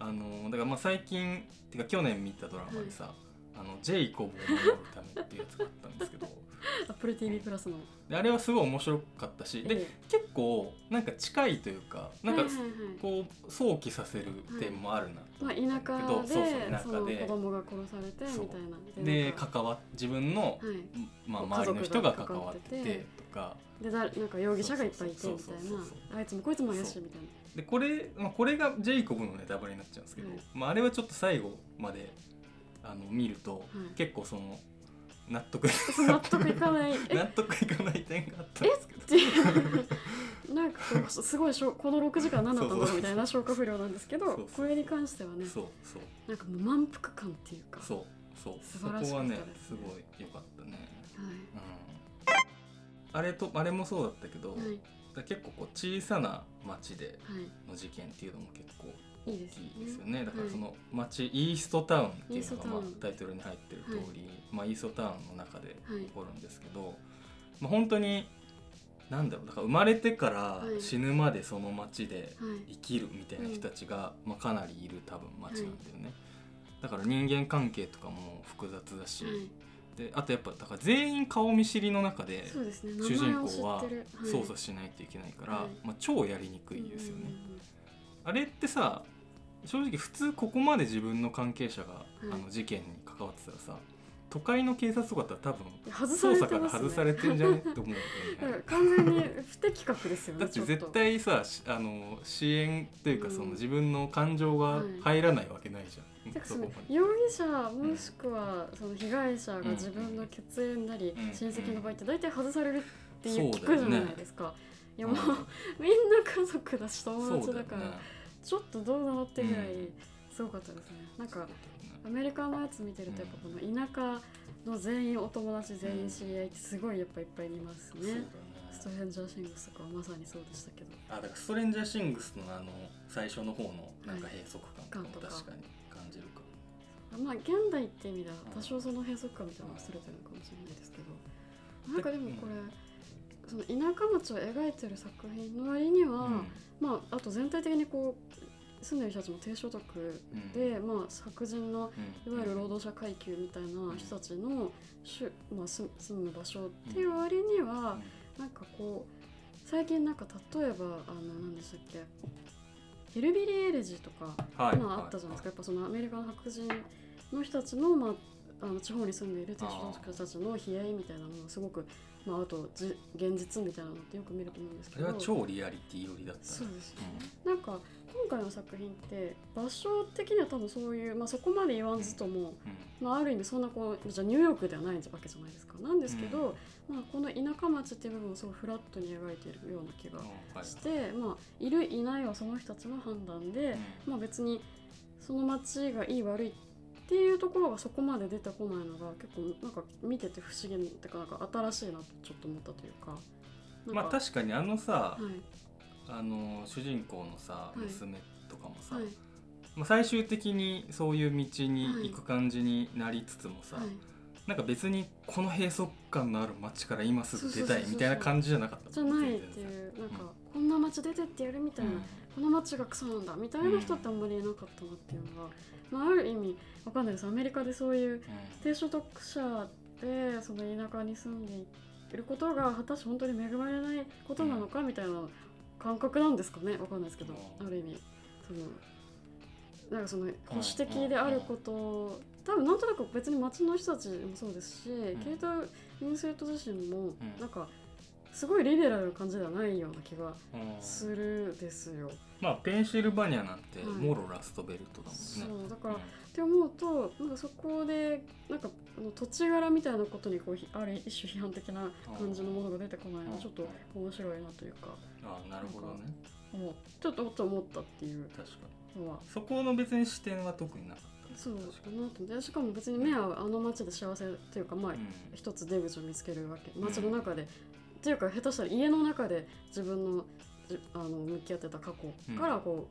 Speaker 1: あのだからまあ最近てか去年見たドラマでさ、あのジェイコブを守るためっていうやつがあったんですけど
Speaker 2: Apple TV プラスの
Speaker 1: であれはすごい面白かったしで
Speaker 2: え
Speaker 1: 結構なんか近いというか
Speaker 2: え
Speaker 1: なんか
Speaker 2: はいはいはい
Speaker 1: こう想起させる点もあるなと
Speaker 2: ま
Speaker 1: 思
Speaker 2: あ
Speaker 1: ったんだけ
Speaker 2: 田舎
Speaker 1: ど、
Speaker 2: で
Speaker 1: そうそう田
Speaker 2: そ
Speaker 1: 舎
Speaker 2: の
Speaker 1: で
Speaker 2: 子供が殺されて
Speaker 1: そう
Speaker 2: みたいな
Speaker 1: で
Speaker 2: なんか
Speaker 1: 関わ自分の、
Speaker 2: はい
Speaker 1: まあ、
Speaker 2: こう
Speaker 1: 周りの人が関わって
Speaker 2: 家族が関わって
Speaker 1: てとか
Speaker 2: でだなんか容疑者がいっぱいいて
Speaker 1: そ
Speaker 2: み
Speaker 1: う
Speaker 2: た
Speaker 1: そう
Speaker 2: い
Speaker 1: そうそうそう
Speaker 2: なあいつもこいつも怪しいみたいな
Speaker 1: でこれ、まあ、これがジェイコブのネタバレになっちゃうんですけど、
Speaker 2: はい
Speaker 1: まあ、あれはちょっと最後まであの見ると、結構その納得
Speaker 2: そう納得い かないえ
Speaker 1: 納得いかない点があったんですけど
Speaker 2: っていう なんかこうすごいしょこの6時間何だったんだろうみたいな消化不良なんですけ
Speaker 1: そう
Speaker 2: ど
Speaker 1: そう
Speaker 2: これに関してはね
Speaker 1: そうそう
Speaker 2: なんかもう満腹感っていうか
Speaker 1: そうそう
Speaker 2: 素
Speaker 1: そ
Speaker 2: 晴らし
Speaker 1: こ
Speaker 2: か
Speaker 1: は
Speaker 2: った
Speaker 1: ね
Speaker 2: です
Speaker 1: す
Speaker 2: ね
Speaker 1: ごい良かったね、
Speaker 2: は
Speaker 1: うん、あれとあれもそうだったけど、
Speaker 2: いはい
Speaker 1: だから結構こう小さな町で
Speaker 2: は
Speaker 1: の事件っていうのも結構
Speaker 2: いい
Speaker 1: 大
Speaker 2: いです
Speaker 1: き
Speaker 2: よ
Speaker 1: いですよ
Speaker 2: ね
Speaker 1: ねだから
Speaker 2: はい
Speaker 1: その町イーストタウンっていうのが、ま
Speaker 2: イーストタウン
Speaker 1: あ、タイトルに入ってる通り、まあ、イーストタウンの中で
Speaker 2: はい
Speaker 1: 起こるんですけど、まあ、本当になんだろうだから生まれてから
Speaker 2: い
Speaker 1: 死ぬまでその町で
Speaker 2: はい
Speaker 1: 生きるみたいな人たちが、まあ、かなりいる多分町なんだよね、だから人間関係とかも複雑だし、
Speaker 2: はい
Speaker 1: であとやっぱだから全員顔見知りの中で
Speaker 2: そうですね
Speaker 1: 主
Speaker 2: 名前
Speaker 1: 人
Speaker 2: を知
Speaker 1: 公は
Speaker 2: ってるはい
Speaker 1: 操作しないといけないから、
Speaker 2: はい
Speaker 1: まあ、超やりにくいですよね。
Speaker 2: うんうんうん
Speaker 1: あれってさ正直普通ここまで自分の関係者が、
Speaker 2: い
Speaker 1: あの事件に関わってたらさ都会の警察とかだったら多分
Speaker 2: いや外さ
Speaker 1: 捜
Speaker 2: れ
Speaker 1: 査
Speaker 2: て
Speaker 1: から
Speaker 2: ます
Speaker 1: 外さ
Speaker 2: ね
Speaker 1: れてんじゃねって思うよ
Speaker 2: だから
Speaker 1: ね。
Speaker 2: 完全に不適格ですよね
Speaker 1: だって
Speaker 2: ちょと
Speaker 1: 絶対さしあの支援というか
Speaker 2: うん
Speaker 1: その自分の感情が入らないわけないじゃん、
Speaker 2: てか
Speaker 1: そ
Speaker 2: その
Speaker 1: こまで。
Speaker 2: 容疑者もしくはその被害者が自分の血縁なり
Speaker 1: うん
Speaker 2: 親戚の場合って大体外されるっていう
Speaker 1: そう
Speaker 2: 聞
Speaker 1: だ
Speaker 2: く
Speaker 1: よ
Speaker 2: じ
Speaker 1: ね
Speaker 2: ゃないですか。いやもうみんな家族だし友達だからちょっとどうなのってぐらいすごかったですね。なん
Speaker 1: そうだよ
Speaker 2: か
Speaker 1: ね
Speaker 2: アメリカのやつ見てるとやっぱこの田舎の全員お友達全員知り合いってすごいやっぱいっぱいいます
Speaker 1: そうだよ
Speaker 2: ね。スト
Speaker 1: ね
Speaker 2: レンジャーシングスとかはまさにそうでしたけど。
Speaker 1: あだからストレンジャーシングスのあの最初の方のなんか閉塞感とかも
Speaker 2: はい
Speaker 1: 確かに感じるかも
Speaker 2: あまあ現代って意味では多少その閉塞感みたいなのが薄れてるのかもしれないですけどなんかでもこれその田舎町を描いてる作品の割には、まああと全体的にこう住んでる人たちも低所得
Speaker 1: うんうん
Speaker 2: で、まあ白人の
Speaker 1: う
Speaker 2: い
Speaker 1: ん
Speaker 2: わゆる労働者階級みたいな人たちの、しゅまあ、住住む場所っていう割には、
Speaker 1: うん
Speaker 2: なんかこう最近なんか例えばあの何でしたっけヒルビリー・エレジーとか、
Speaker 1: はい
Speaker 2: まあ、あったじゃないですかやっぱそのアメリカの白人の人たちの,、まあ、あの地方に住んでいる低所得者たちの悲哀みたいなものをすごく、まあ、あとじ現実みたいなのってよく見ると思うんです
Speaker 1: あ
Speaker 2: け
Speaker 1: れ
Speaker 2: ど
Speaker 1: は超リアリティ寄りだったね
Speaker 2: そうですよねなんか今回の作品って場所的には多分そういう、まあ、そこまで言わずとも、
Speaker 1: うんうん
Speaker 2: まあ、ある意味そんなこうじゃあニューヨークではないわけじゃないですかなんですけど、まあ、この田舎町っていう部分をすごいフラットに描いているような気が
Speaker 1: うんはい
Speaker 2: して、まあ、いるいないはその人たちの判断で、
Speaker 1: うん
Speaker 2: まあ、別にその町がいい悪いっていうところがそこまで出てこないのが結構なんか見てて不思議なてかなんか新しいなとちょっと思ったというか。なんか
Speaker 1: まあ確かにあのさ、
Speaker 2: はい
Speaker 1: あの主人公のさ
Speaker 2: はい
Speaker 1: 娘とかもさ、
Speaker 2: はい
Speaker 1: まあ、最終的にそういう道に行く感じになりつつもさ、
Speaker 2: はい
Speaker 1: なんか別にこの閉塞感のある街から今すぐ出たい
Speaker 2: そうそうそうそう
Speaker 1: みたいな感じじゃなかった
Speaker 2: じゃないっていうなんか、こんな街出てってやるみたいな、この街がクソなんだみたいな人ってあんまりいなかったなっていうのが、まあ、ある意味わかんないですアメリカでそういう低所得者でその田舎に住んでいることが果たして本当に恵まれないことなのかみたいな感覚なんですかねわかんないですけど、
Speaker 1: うん
Speaker 2: ある意味そのなんかその保守的であること、多分なんとなく別に町の人たちもそうですし、
Speaker 1: ん
Speaker 2: ケイト・ウィンスレット自身も
Speaker 1: うん
Speaker 2: なんかすごいリベラルな感じではないような気が
Speaker 1: うんうん
Speaker 2: するですよ。
Speaker 1: まあペンシルバニアなんて
Speaker 2: はい
Speaker 1: もろラストベルトだもん
Speaker 2: そ
Speaker 1: ね、
Speaker 2: うだからって思うとなんかそこでなんかあの土地柄みたいなことにこうひある一種批判的な感じのものが出てこないの
Speaker 1: うん
Speaker 2: ちょっと面白いなというか
Speaker 1: うんああなるほどね
Speaker 2: もうちょっとと思ったっていう
Speaker 1: 確かに
Speaker 2: のは
Speaker 1: そこの別に視点は特になかったね
Speaker 2: そうだな
Speaker 1: 確か
Speaker 2: と思ってしかも別に目はあの街で幸せというかまあ
Speaker 1: に
Speaker 2: 一つ出口を見つけるわけ街の中で、っていうか下手したら家の中で自分のじあの向き合ってた過去からこう、
Speaker 1: うん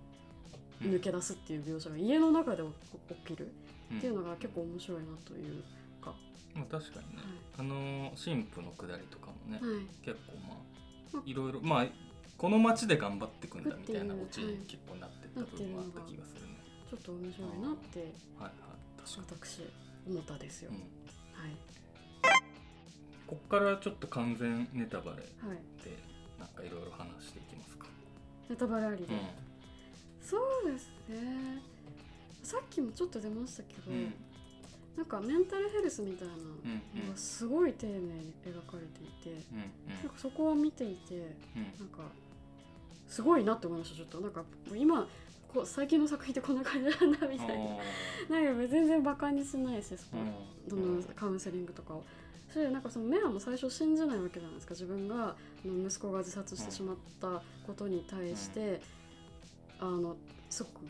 Speaker 2: 抜け出すっていう描写が家の中で起起きる
Speaker 1: ん
Speaker 2: っていうのが結構面白いなという
Speaker 1: まあ確かにね、あの神父のくだりとかもね、
Speaker 2: はい
Speaker 1: 結構まあ
Speaker 2: ま
Speaker 1: いろいろまあこの町で頑張ってくんだ
Speaker 2: 食っ
Speaker 1: み
Speaker 2: てい
Speaker 1: た
Speaker 2: う
Speaker 1: いなオチ
Speaker 2: はい
Speaker 1: に結構なってった部分はあった気がするね。
Speaker 2: ちょっと面白いなって
Speaker 1: はいはい確か
Speaker 2: 私思ったですよ、
Speaker 1: に。うん、
Speaker 2: はい
Speaker 1: こっからちょっと完全ネタバレで
Speaker 2: はい
Speaker 1: なんかいろいろ話していきますか。
Speaker 2: ネタバレありで、
Speaker 1: うん
Speaker 2: そうですねさっきもちょっと出ましたけど、
Speaker 1: うん
Speaker 2: なんかメンタルヘルスみたいな
Speaker 1: うんうん
Speaker 2: のがすごい丁寧に描かれていて、
Speaker 1: うん
Speaker 2: なんかそこを見ていて
Speaker 1: うん
Speaker 2: なんかすごいなって思いましたちょっとなんかもう今こう最近の作品ってこんな感じなんだみたいななんか全然バカにしないしそこ
Speaker 1: う
Speaker 2: そ
Speaker 1: んうん
Speaker 2: のカウンセリングとかを。それでなんかそのメアも最初信じないわけじゃないですか自分があの息子が自殺してしまったことに対して、あのすごく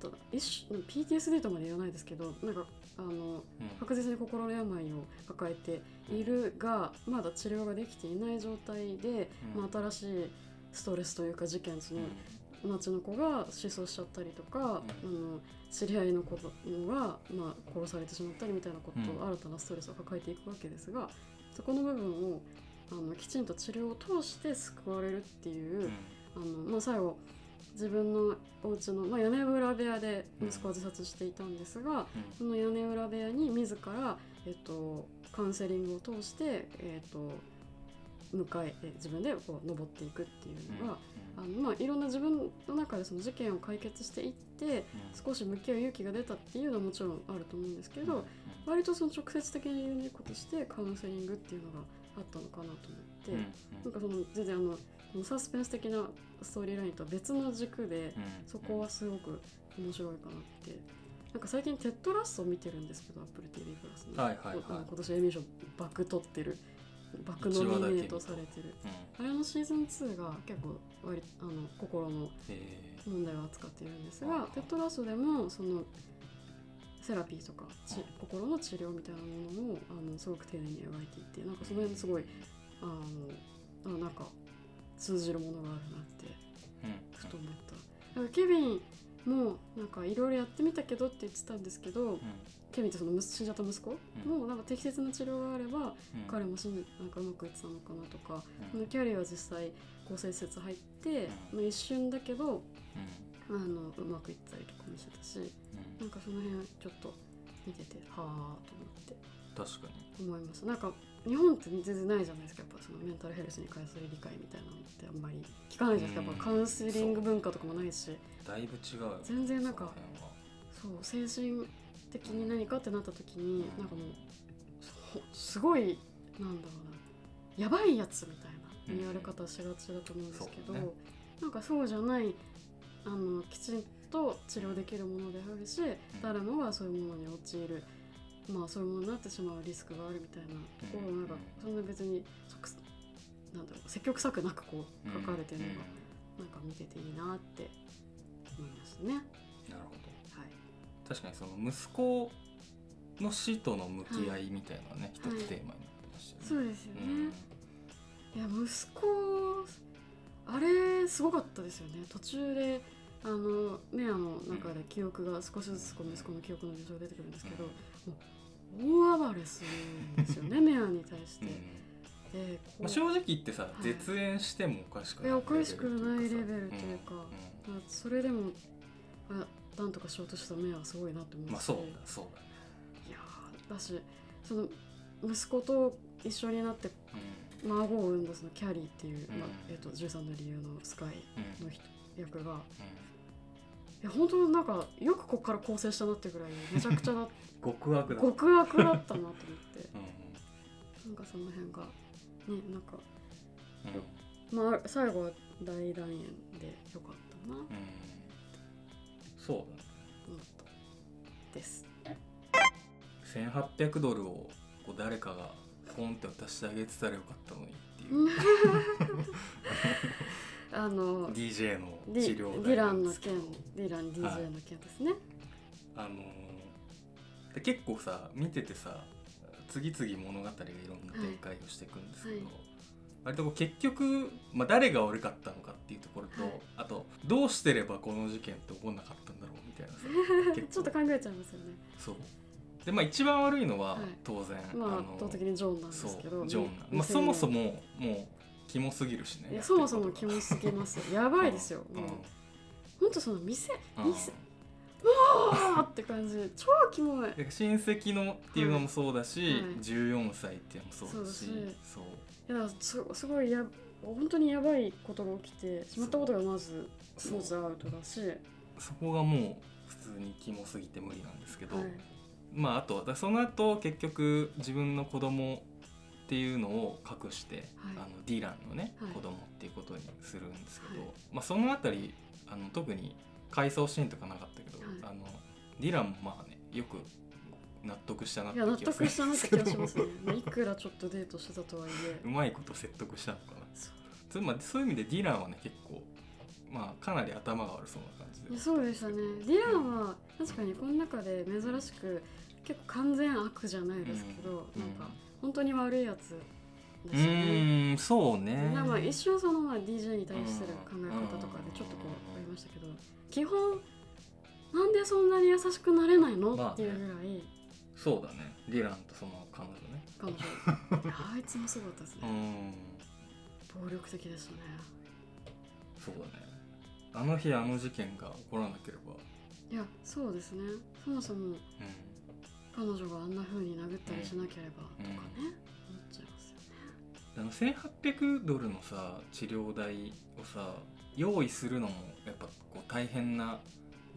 Speaker 2: と一種 PTSD とまで言わないですけどなんかあの確実に心の病を抱えているがまだ治療ができていない状態で、
Speaker 1: うん
Speaker 2: まあ、新しいストレスというか事件その
Speaker 1: うん
Speaker 2: 町の子が失踪しちゃったりとか、あの知り合いの子が、まあ、殺されてしまったりみたいなこと、
Speaker 1: うん
Speaker 2: 新たなストレスを抱えていくわけですがそこの部分をあのきちんと治療を通して救われるっていう、あのまあ、最後自分のお家の、まあ、屋根裏部屋で息子は自殺していたんですが、その屋根裏部屋に自ら、えっと、カウンセリングを通して、えっと、向かいえ自分でこう登っていくっていうのが。あのまあ、いろんな自分の中でその事件を解決していって少し向き合う勇気が出たっていうのはもちろんあると思うんですけ
Speaker 1: け
Speaker 2: ど、割とその直接的に言うことしてカウンセリングっていうのがあったのかなと思って、なんかその全然あのこのサスペンス的なストーリーラインとは別の軸でそこはすごく面白いかなって。なんか最近テッドラストを見てるんですけど Apple TV プラスの、
Speaker 1: はいはいはい
Speaker 2: あの今年エミー賞バク取ってるバクノミネートされてる
Speaker 1: うん
Speaker 2: あれのシーズン2が結構割あの心の
Speaker 1: え
Speaker 2: 問題を扱っているんです
Speaker 1: はあ
Speaker 2: が
Speaker 1: はあ
Speaker 2: テッドラストでもそのセラピーとかち
Speaker 1: は
Speaker 2: 心の治療みたいなものをあのすごく丁寧に描いていてなんか
Speaker 1: ー
Speaker 2: その辺すごいあのあなんか通じるものがあるなって
Speaker 1: うん
Speaker 2: ふと思った。だからケビンもなんかいろいろやってみたけどって言ってたんですけどケビンってその息死んじゃった息子
Speaker 1: うん
Speaker 2: もなんか適切な治療があれば
Speaker 1: うん
Speaker 2: 彼も死んでなんかうまくいってたのかなとか
Speaker 1: うん
Speaker 2: キャリーは実際構成施設入って、
Speaker 1: うん
Speaker 2: まあ、一瞬だけど
Speaker 1: うん
Speaker 2: あのうまくいったりとかもしてたし
Speaker 1: うん
Speaker 2: なんかその辺ちょっと見ててはあと思って
Speaker 1: 確かに
Speaker 2: 思いましたなんか日本って全然ないじゃないですかやっぱそのメンタルヘルスに関する理解みたいなのってあんまり聞かないじゃないですか、
Speaker 1: うん
Speaker 2: やっぱカウンセリング文化とかもないし
Speaker 1: だいぶ違うよ
Speaker 2: 全然なんか
Speaker 1: その
Speaker 2: そう精神的に何かってなった時になんかもうほすごいなんだろうなやばいやつみたいな
Speaker 1: うん
Speaker 2: 言われ方しがちだと思うんですけ
Speaker 1: そ
Speaker 2: ど、
Speaker 1: うね
Speaker 2: なんかそうじゃないあのきちんと治療できるものであるし誰もがそういうものに陥る。まあそういうものになってしまうリスクがあるみたいなところをなんかそんな辺別にそくなんだろう積極臭くなくこう
Speaker 1: 辺は
Speaker 2: 書かれてるのが
Speaker 1: うん
Speaker 2: なんか見てていいなって思いましたね。は
Speaker 1: うんなるほど
Speaker 2: い
Speaker 1: 確かにその息子の死との向き合いみたいなね、
Speaker 2: はい
Speaker 1: 一つテーマになってました
Speaker 2: そ
Speaker 1: よね。
Speaker 2: うですよね、
Speaker 1: うん
Speaker 2: いや息子あれすごかったですよね途中であのねあの中で記憶が少しずつこう息子の記憶の事情が出てくるんですけど、もう大暴れするんです よねメアに対して、
Speaker 1: うん
Speaker 2: でこう
Speaker 1: まあ、正直言ってさ、
Speaker 2: い
Speaker 1: 絶縁してもおかしくない
Speaker 2: いや
Speaker 1: レ
Speaker 2: お
Speaker 1: ベ
Speaker 2: か
Speaker 1: ル
Speaker 2: し
Speaker 1: と
Speaker 2: くないレ
Speaker 1: いうかさ
Speaker 2: ベルというか
Speaker 1: うん
Speaker 2: まあそれでもあなんとかしようとしたメアはすごいなって思
Speaker 1: う
Speaker 2: うん
Speaker 1: まあ
Speaker 2: し
Speaker 1: そうだそうだ、
Speaker 2: いやーだしその息子と一緒になって
Speaker 1: う
Speaker 2: 孫を産んだそのキャリーっていう、
Speaker 1: うん
Speaker 2: まあえっと13の理由のスカイ
Speaker 1: んうん
Speaker 2: の人役が
Speaker 1: う
Speaker 2: いや本当なんかよくここから構成したなってぐ らいめちゃくちゃな
Speaker 1: ん、極悪だ、うんうん
Speaker 2: 極悪だったなと思ってなんかその辺がねなんか
Speaker 1: うんうん
Speaker 2: まあ最後は大団円でよかったなと思っ
Speaker 1: そうだね
Speaker 2: たです
Speaker 1: 1800ドルをこう誰かがポンって渡してあげてたらよかったのにっていう、
Speaker 2: あの
Speaker 1: DJ の
Speaker 2: デ
Speaker 1: 治
Speaker 2: ィ
Speaker 1: 療
Speaker 2: ディラン
Speaker 1: の
Speaker 2: の件ディラン DJ の件ですね、
Speaker 1: あのーで結構さ見ててさ次々物語がいろんな展開をしていくんですけど、
Speaker 2: はいはい
Speaker 1: 割とこう結局、まあ、誰が悪かったのかっていうところと、
Speaker 2: はい
Speaker 1: あとどうしてればこの事件って起こんなかったんだろうみたいなさ 結構
Speaker 2: ちょっと考えちゃいますよね
Speaker 1: そうでまあ一番悪いのは
Speaker 2: はい
Speaker 1: 当然、
Speaker 2: まあ
Speaker 1: の
Speaker 2: 圧倒的にジョンなんで
Speaker 1: そ
Speaker 2: すけど
Speaker 1: うジョンな、
Speaker 2: み
Speaker 1: まあ、そもそ
Speaker 2: 2000
Speaker 1: ももうキモすぎるしね
Speaker 2: いやそもそも
Speaker 1: やって
Speaker 2: キ
Speaker 1: るこ
Speaker 2: モすぎますよやばいですよ
Speaker 1: と
Speaker 2: もうほんとその店
Speaker 1: うんうん
Speaker 2: ミスあーって感じ超キモ
Speaker 1: だ
Speaker 2: い
Speaker 1: から親戚のっていうのもそうだし、
Speaker 2: はいはい
Speaker 1: 14歳っていうのもそうだし
Speaker 2: そうだし
Speaker 1: そう
Speaker 2: いやすすごいや本当にやばいことが起きてしまったことがまず
Speaker 1: そう
Speaker 2: まずアウトだし、はい、
Speaker 1: そこがもう普通にキモすぎて無理なんですけど、まああとだからその後結局自分の子供っていうのを隠して、
Speaker 2: はい
Speaker 1: あのディランのね、
Speaker 2: はい
Speaker 1: 子供っていうことにするんですけど、
Speaker 2: はい
Speaker 1: まあ、その辺りあの特に回想シーンとかなかったけど、
Speaker 2: は
Speaker 1: あのディランもまあねよく納得したなっ
Speaker 2: い
Speaker 1: て
Speaker 2: や納
Speaker 1: 気がす
Speaker 2: 得
Speaker 1: る
Speaker 2: したなって気がしますね まあいくらちょっとデートしてたとはいえ
Speaker 1: うまいこと説得したのかな
Speaker 2: そう
Speaker 1: つまりそういう意味でディランはね結構まあかなり頭が悪そうな感じで
Speaker 2: いやそうでしたねディランは確かにこの中で珍しく結構完全悪じゃないですけど、
Speaker 1: うん
Speaker 2: なんか本当に悪いやつ
Speaker 1: う
Speaker 2: でしたね
Speaker 1: ーんそうね
Speaker 2: なんかまあ一瞬そのまあ DJ に対する考え方とかでちょっとこうありましたけど基本なんでそんなに優しくなれないの、
Speaker 1: まあね
Speaker 2: っていうぐらい
Speaker 1: そうだねディランとその彼女ね
Speaker 2: 彼女いやあいつもすごかったです
Speaker 1: うー
Speaker 2: ね
Speaker 1: ん
Speaker 2: 暴力的でしたね
Speaker 1: そうだねあの日あの事件が起こらなければ
Speaker 2: いやそうですねそもそも
Speaker 1: うん
Speaker 2: 彼女があんな風に殴ったりしなければとかね、思っちゃいますよ
Speaker 1: あの1800ドルのさ治療代をさ用意するのもやっぱこう大変な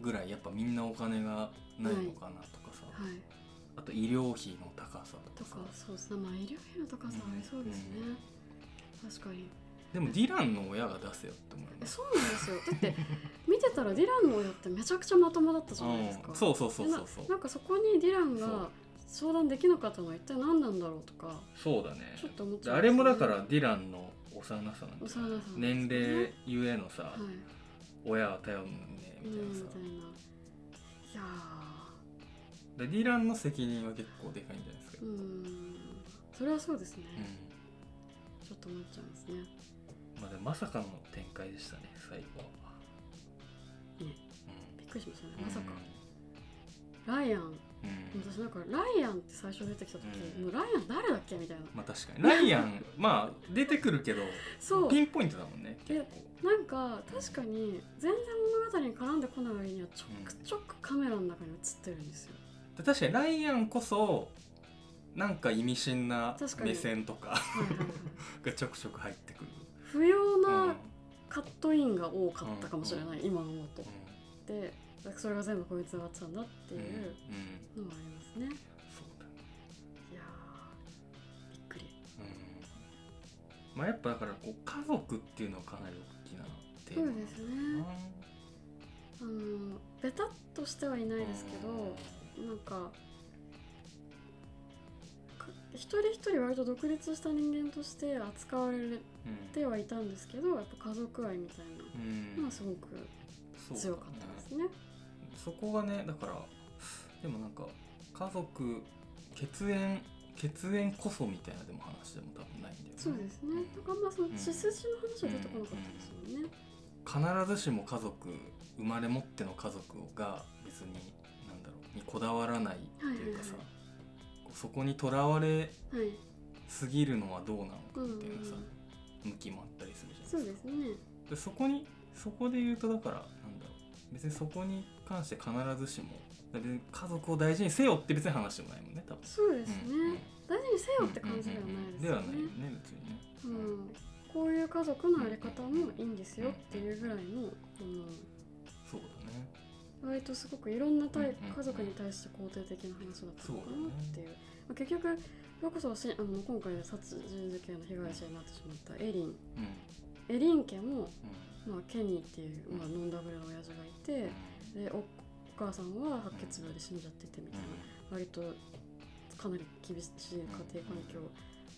Speaker 1: ぐらいやっぱみんなお金がないのかなとかさ、
Speaker 2: はい
Speaker 1: あと医療費の高さと
Speaker 2: と
Speaker 1: かさ
Speaker 2: かそうですねまあ医療費の高さありそうですね、確かに
Speaker 1: でもディランの親が出せよって思い
Speaker 2: え
Speaker 1: ます
Speaker 2: そうなんですよだって見てたらディランの親ってめちゃくちゃまともだったじゃないですか
Speaker 1: うんそうそうそう
Speaker 2: で
Speaker 1: そ
Speaker 2: な
Speaker 1: うそ
Speaker 2: な
Speaker 1: うん
Speaker 2: かそこにディラン
Speaker 1: そう
Speaker 2: が相談できなかったのは一体何なんだろうとか
Speaker 1: そうだね
Speaker 2: ちょっと思っちゃいますね
Speaker 1: あれもだからディランの幼さなんだよね
Speaker 2: 幼さなんですよね
Speaker 1: 年齢ゆえのさ、
Speaker 2: はい
Speaker 1: 親は頼むね
Speaker 2: う
Speaker 1: みたいな
Speaker 2: んみ
Speaker 1: さ
Speaker 2: たいないや
Speaker 1: でディランの責任は結構でかいんじゃないです
Speaker 2: ー
Speaker 1: か、
Speaker 2: う
Speaker 1: うん
Speaker 2: それはそうですね、ちょっと思っちゃいますね
Speaker 1: まあ、でもまさかの展開でしたね最後は、
Speaker 2: ね
Speaker 1: う
Speaker 2: びっくりしましたね
Speaker 1: ん
Speaker 2: まさか、ライア
Speaker 1: う
Speaker 2: ン
Speaker 1: んうん
Speaker 2: 私なんかライアンって最初出てきた時、
Speaker 1: うん
Speaker 2: もうライアン誰だっけみたいな
Speaker 1: まあ確かにライアンまあ出てくるけど
Speaker 2: そう
Speaker 1: ピンポイントだもんね結
Speaker 2: でなんか確かに全然物語に絡んでこない割にはちょくちょくカメラの中に映ってるんですよ、
Speaker 1: 構で確かにライアンこそなんか意味深な
Speaker 2: 確かに
Speaker 1: 目線とか
Speaker 2: は いはいはい
Speaker 1: がちょくちょく入ってくる、
Speaker 2: 不要
Speaker 1: うんう
Speaker 2: なカットインが多かったかもしれない、今思うと。
Speaker 1: ん
Speaker 2: でそれが全部こいつがちゃんだってい
Speaker 1: うん
Speaker 2: う
Speaker 1: うん
Speaker 2: のもありますね。
Speaker 1: そうだね
Speaker 2: いやーびっくり。
Speaker 1: うんまあやっぱだからこう家族っていうのはかなり大きなテー
Speaker 2: そう
Speaker 1: マ
Speaker 2: です
Speaker 1: な
Speaker 2: ね
Speaker 1: のか。な
Speaker 2: あのベタっとしてはいないですけど、
Speaker 1: う
Speaker 2: なんかか一人一人割と独立した人間として扱われ
Speaker 1: ん
Speaker 2: てはいたんですけど、やっぱ家族愛みたい
Speaker 1: うん
Speaker 2: なのはすごく
Speaker 1: そう
Speaker 2: 強かったですね。
Speaker 1: そこがねだからでもなんか家族血縁血縁こそみたいなでも話でも多分ないんだよね
Speaker 2: そうですね。なんかあんまその血筋の話は出てこなかったですよね。
Speaker 1: 必ずしも家族生まれ持っての家族が別になんだろうにこだわらないっていうかさ、
Speaker 2: はいは
Speaker 1: こうそこにとらわれ
Speaker 2: はい。
Speaker 1: すぎるのはどうなのか
Speaker 2: うんうん
Speaker 1: っていうのさ、向きもあったりするじゃない
Speaker 2: そう
Speaker 1: で
Speaker 2: です
Speaker 1: か
Speaker 2: すね。
Speaker 1: でそこにそこで言うとだからなんだろう別にそこに関して必ずしも別に家族を大事にせよって別に話でもないもんね多分
Speaker 2: そうですね。
Speaker 1: うんうん
Speaker 2: 大事にせよって感じではないです
Speaker 1: で
Speaker 2: よ
Speaker 1: は
Speaker 2: ね
Speaker 1: ない。よね別にね
Speaker 2: う
Speaker 1: うん
Speaker 2: ん、こういう家族のあり方もいいんですよっていうぐらいの、
Speaker 1: そうだね
Speaker 2: あの割とすごくいろんなタイ
Speaker 1: うんうん
Speaker 2: プ家族に対して肯定的な話だったのかなっていう、まあ、結局それこそしあの今回殺人事件の被害者になってしまったエリン
Speaker 1: うん
Speaker 2: エリン家も、
Speaker 1: う
Speaker 2: まあ、ケニーっていう、まあ、ノンダブルの親父がいてでおお母さんは白血病で死んじゃっててみたいな割とかなり厳しい家庭環境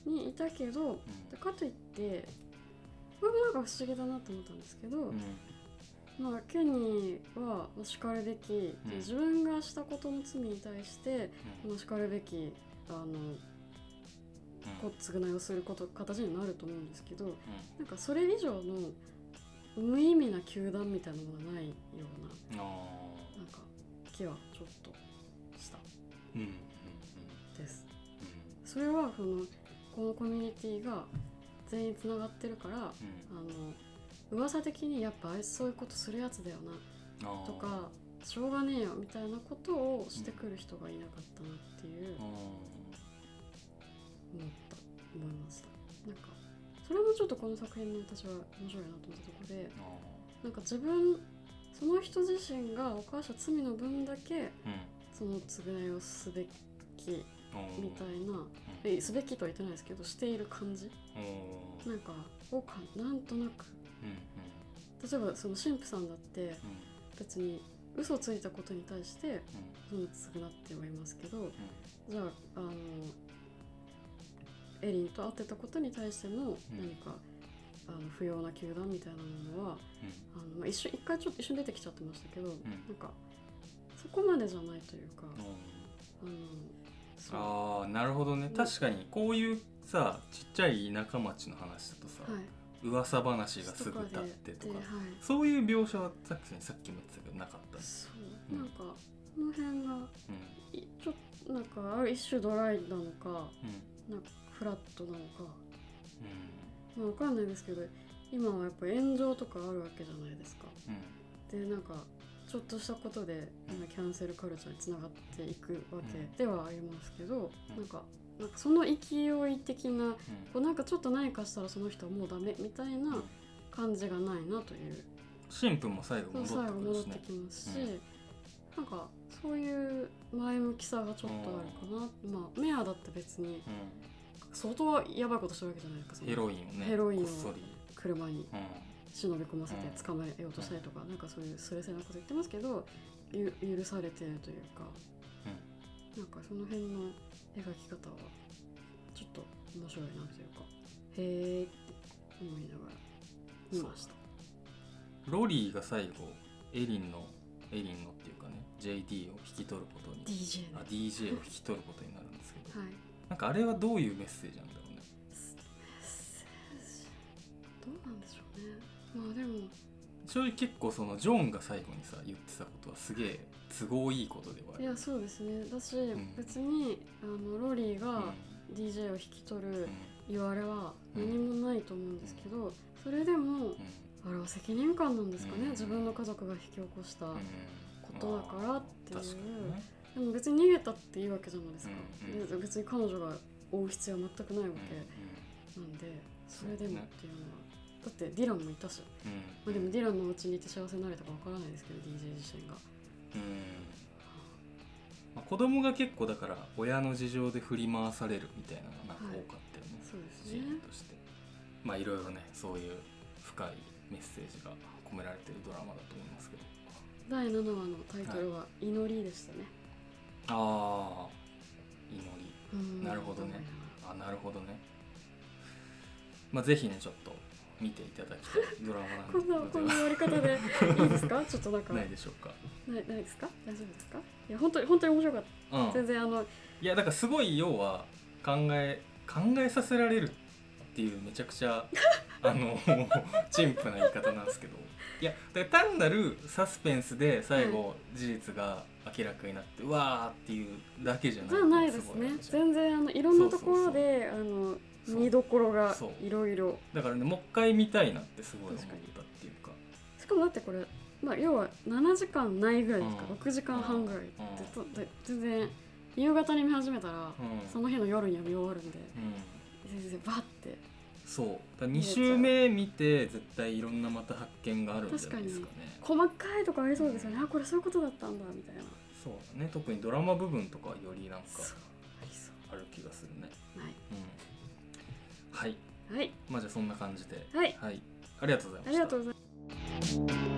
Speaker 2: にいたけど、でかといってこれもなんか不思議だなと思ったんですけど、
Speaker 1: んうんうん
Speaker 2: まあ、ケニーはまあしかるべき、
Speaker 1: うん
Speaker 2: 自分がしたことの罪に対して、まあ、しかるべきあのこ償いをすること形になると思うんですけどなんかそれ以上の無意味な球団みたいなものがないような
Speaker 1: うんあ
Speaker 2: なんか気はちょっとした
Speaker 1: ーうんうんうん
Speaker 2: です。それはそのこのコミュニティが全員つながってるから
Speaker 1: うん
Speaker 2: あの噂的にやっぱあいつそういうことするやつだよ
Speaker 1: うんあ
Speaker 2: な
Speaker 1: ー
Speaker 2: とかしょうがねえよみたいなことをしてくる人がいなかったなっていう
Speaker 1: うん
Speaker 2: 思った思いましたなんかそれもちょっとこの作品の私は面白いなと思ったところで
Speaker 1: あ
Speaker 2: なんか自分その人自身が犯した罪の分だけ
Speaker 1: ーうん
Speaker 2: その償いをすべき
Speaker 1: うん
Speaker 2: みたいな
Speaker 1: うん
Speaker 2: えすべきとは言ってないですけどしている感じ
Speaker 1: うん
Speaker 2: なんかをかなんとなく
Speaker 1: うん
Speaker 2: 例えばその神父さんだって
Speaker 1: うんうん
Speaker 2: 別に嘘をついたことに対して
Speaker 1: うん
Speaker 2: 罪を償ってはいますけど
Speaker 1: うん
Speaker 2: じゃああのエリンと会ってたことに対しての
Speaker 1: うん
Speaker 2: 何か、あの不要な球団みたいなものはあの、まあ、一瞬一回ちょっと一瞬出てきちゃってましたけど、なんかそこまでじゃないというか、
Speaker 1: うんうん
Speaker 2: あのそうは
Speaker 1: あーなるほどね確かにこういうさちっちゃい田舎町の話だとさ、
Speaker 2: い
Speaker 1: 噂話がすぐ立ってと
Speaker 2: で
Speaker 1: か
Speaker 2: はい
Speaker 1: そういう描写はさっきさっきも言ってたけどなかった、
Speaker 2: そ
Speaker 1: う
Speaker 2: う
Speaker 1: ん
Speaker 2: なんかこの辺が
Speaker 1: うん
Speaker 2: いちょっとなんかある一種ドライなのか
Speaker 1: うん
Speaker 2: なんかフラットなのか
Speaker 1: う
Speaker 2: まあ、わかんないですけど今はやっぱ炎上とかあるわけじゃないですか
Speaker 1: ん
Speaker 2: でなんかちょっとしたことで今キャンセルカルチャーにつながっていくわけではありますけど、
Speaker 1: うん
Speaker 2: なんかなんかその勢い的な
Speaker 1: う
Speaker 2: こうなんかちょっと何かしたらその人はもうダメみたい
Speaker 1: んう
Speaker 2: なん感じがないなという、
Speaker 1: 神父も最後戻
Speaker 2: う
Speaker 1: っ
Speaker 2: ん、
Speaker 1: て
Speaker 2: 最
Speaker 1: く
Speaker 2: 後戻
Speaker 1: る
Speaker 2: っ
Speaker 1: してね
Speaker 2: きますし、
Speaker 1: うん
Speaker 2: なんかそういう前向きさがちょっとあるかな、まあメアだって別に相当やばいことしたわけじゃないですかそ
Speaker 1: うん
Speaker 2: の
Speaker 1: ヘロインをね
Speaker 2: ヘロインを
Speaker 1: こっそり、
Speaker 2: 車に
Speaker 1: うん
Speaker 2: 忍び込ませて捕まえようとしたりとか、なんかそういうすれせなこと言ってますけどゆ許されてるというか、なんかその辺の描き方はちょっと面白いなというかへえって思いながら見ました
Speaker 1: ロリーが最後エリンのエリンのっていうかね JD を引き取ることに
Speaker 2: DJ で
Speaker 1: あ
Speaker 2: は
Speaker 1: DJ を引き取ることになるんですけど
Speaker 2: い
Speaker 1: なんかあれはどういうメッセージなんだろうね
Speaker 2: どうなんでしょうねまあでも
Speaker 1: 正直結構そのジョンが最後にさ言ってたことはすげえ都合いいことではあ
Speaker 2: い
Speaker 1: る
Speaker 2: やそうですねだし、
Speaker 1: ん
Speaker 2: 別にあのロリー
Speaker 1: うん
Speaker 2: が DJ を引き取
Speaker 1: う
Speaker 2: る
Speaker 1: ん
Speaker 2: 言われは何もないと思うんですけど、それで
Speaker 1: う
Speaker 2: も
Speaker 1: ん
Speaker 2: あれは責任感なんですかね、
Speaker 1: うん
Speaker 2: 自分の家族が引き起こした、
Speaker 1: うん
Speaker 2: ことだからっていう
Speaker 1: 確かにね
Speaker 2: でも別に逃げたっていいわけじゃないですか、
Speaker 1: うんうん
Speaker 2: で別に彼女が追う必要は全くない
Speaker 1: う
Speaker 2: わ
Speaker 1: ん
Speaker 2: けなんで、そ
Speaker 1: うん
Speaker 2: れでもっていうのはだってディランもいたし、
Speaker 1: うん
Speaker 2: まあ、でもディランのお家にいて幸せになれたかわからないですけど DJ 自身が
Speaker 1: うんまあ、子供が結構だから親の事情で振り回されるみたいなのがなんか多かったよね、
Speaker 2: そうです
Speaker 1: シーン
Speaker 2: ね
Speaker 1: としてまあいろいろねそういう深いメッセージが込められてるドラマだと思いますけど
Speaker 2: 第7話のタイトルは「祈り」でしたね、
Speaker 1: ああ祈り
Speaker 2: うん
Speaker 1: なるほどねあなるほどねまあぜひねちょっと見ていただきたいドラマなん
Speaker 2: こんなこんな終わり方でいいですかちょっとなん か
Speaker 1: な
Speaker 2: ないい
Speaker 1: でしょうか、
Speaker 2: ないですか大丈夫ですかいや本当に本当に面白かっ
Speaker 1: う
Speaker 2: た
Speaker 1: ん、
Speaker 2: 全然あの
Speaker 1: いやだからすごい要は考え考えさせられるっていうめちゃくち ゃあの陳腐な言い方なんですけどいやだから単なるサスペンスで最後事実が明らかになって、うわーっていうだけじゃない
Speaker 2: じゃないですね
Speaker 1: ごい
Speaker 2: 全然あのいろんなところであ
Speaker 1: そう
Speaker 2: の見どころが
Speaker 1: そう
Speaker 2: いろいろ
Speaker 1: だからねもう一回見たいなってすごい思った
Speaker 2: 確かに
Speaker 1: っていうか
Speaker 2: しかもだってこれ、まあ、要は7時間ないぐらいですか、
Speaker 1: うん
Speaker 2: 6時間半ぐらいで
Speaker 1: うん
Speaker 2: とで全然夕方に見始めたら、
Speaker 1: うん
Speaker 2: その日の夜には見終わるんで
Speaker 1: うん
Speaker 2: 全然バッて
Speaker 1: そうだ2週目見て絶対いろんなまた発見があるんじゃないですかね
Speaker 2: 細かいとこありそうですよねあこれそういうことだったんだみたいな
Speaker 1: そうだね特にドラマ部分とかよりなんか
Speaker 2: そうありそ
Speaker 1: ある気がするね
Speaker 2: うない
Speaker 1: うんはい
Speaker 2: はい
Speaker 1: まあじゃあそんな感じで
Speaker 2: はい
Speaker 1: はい、ありがとうございま
Speaker 2: あ
Speaker 1: し
Speaker 2: り
Speaker 1: た
Speaker 2: がとうございます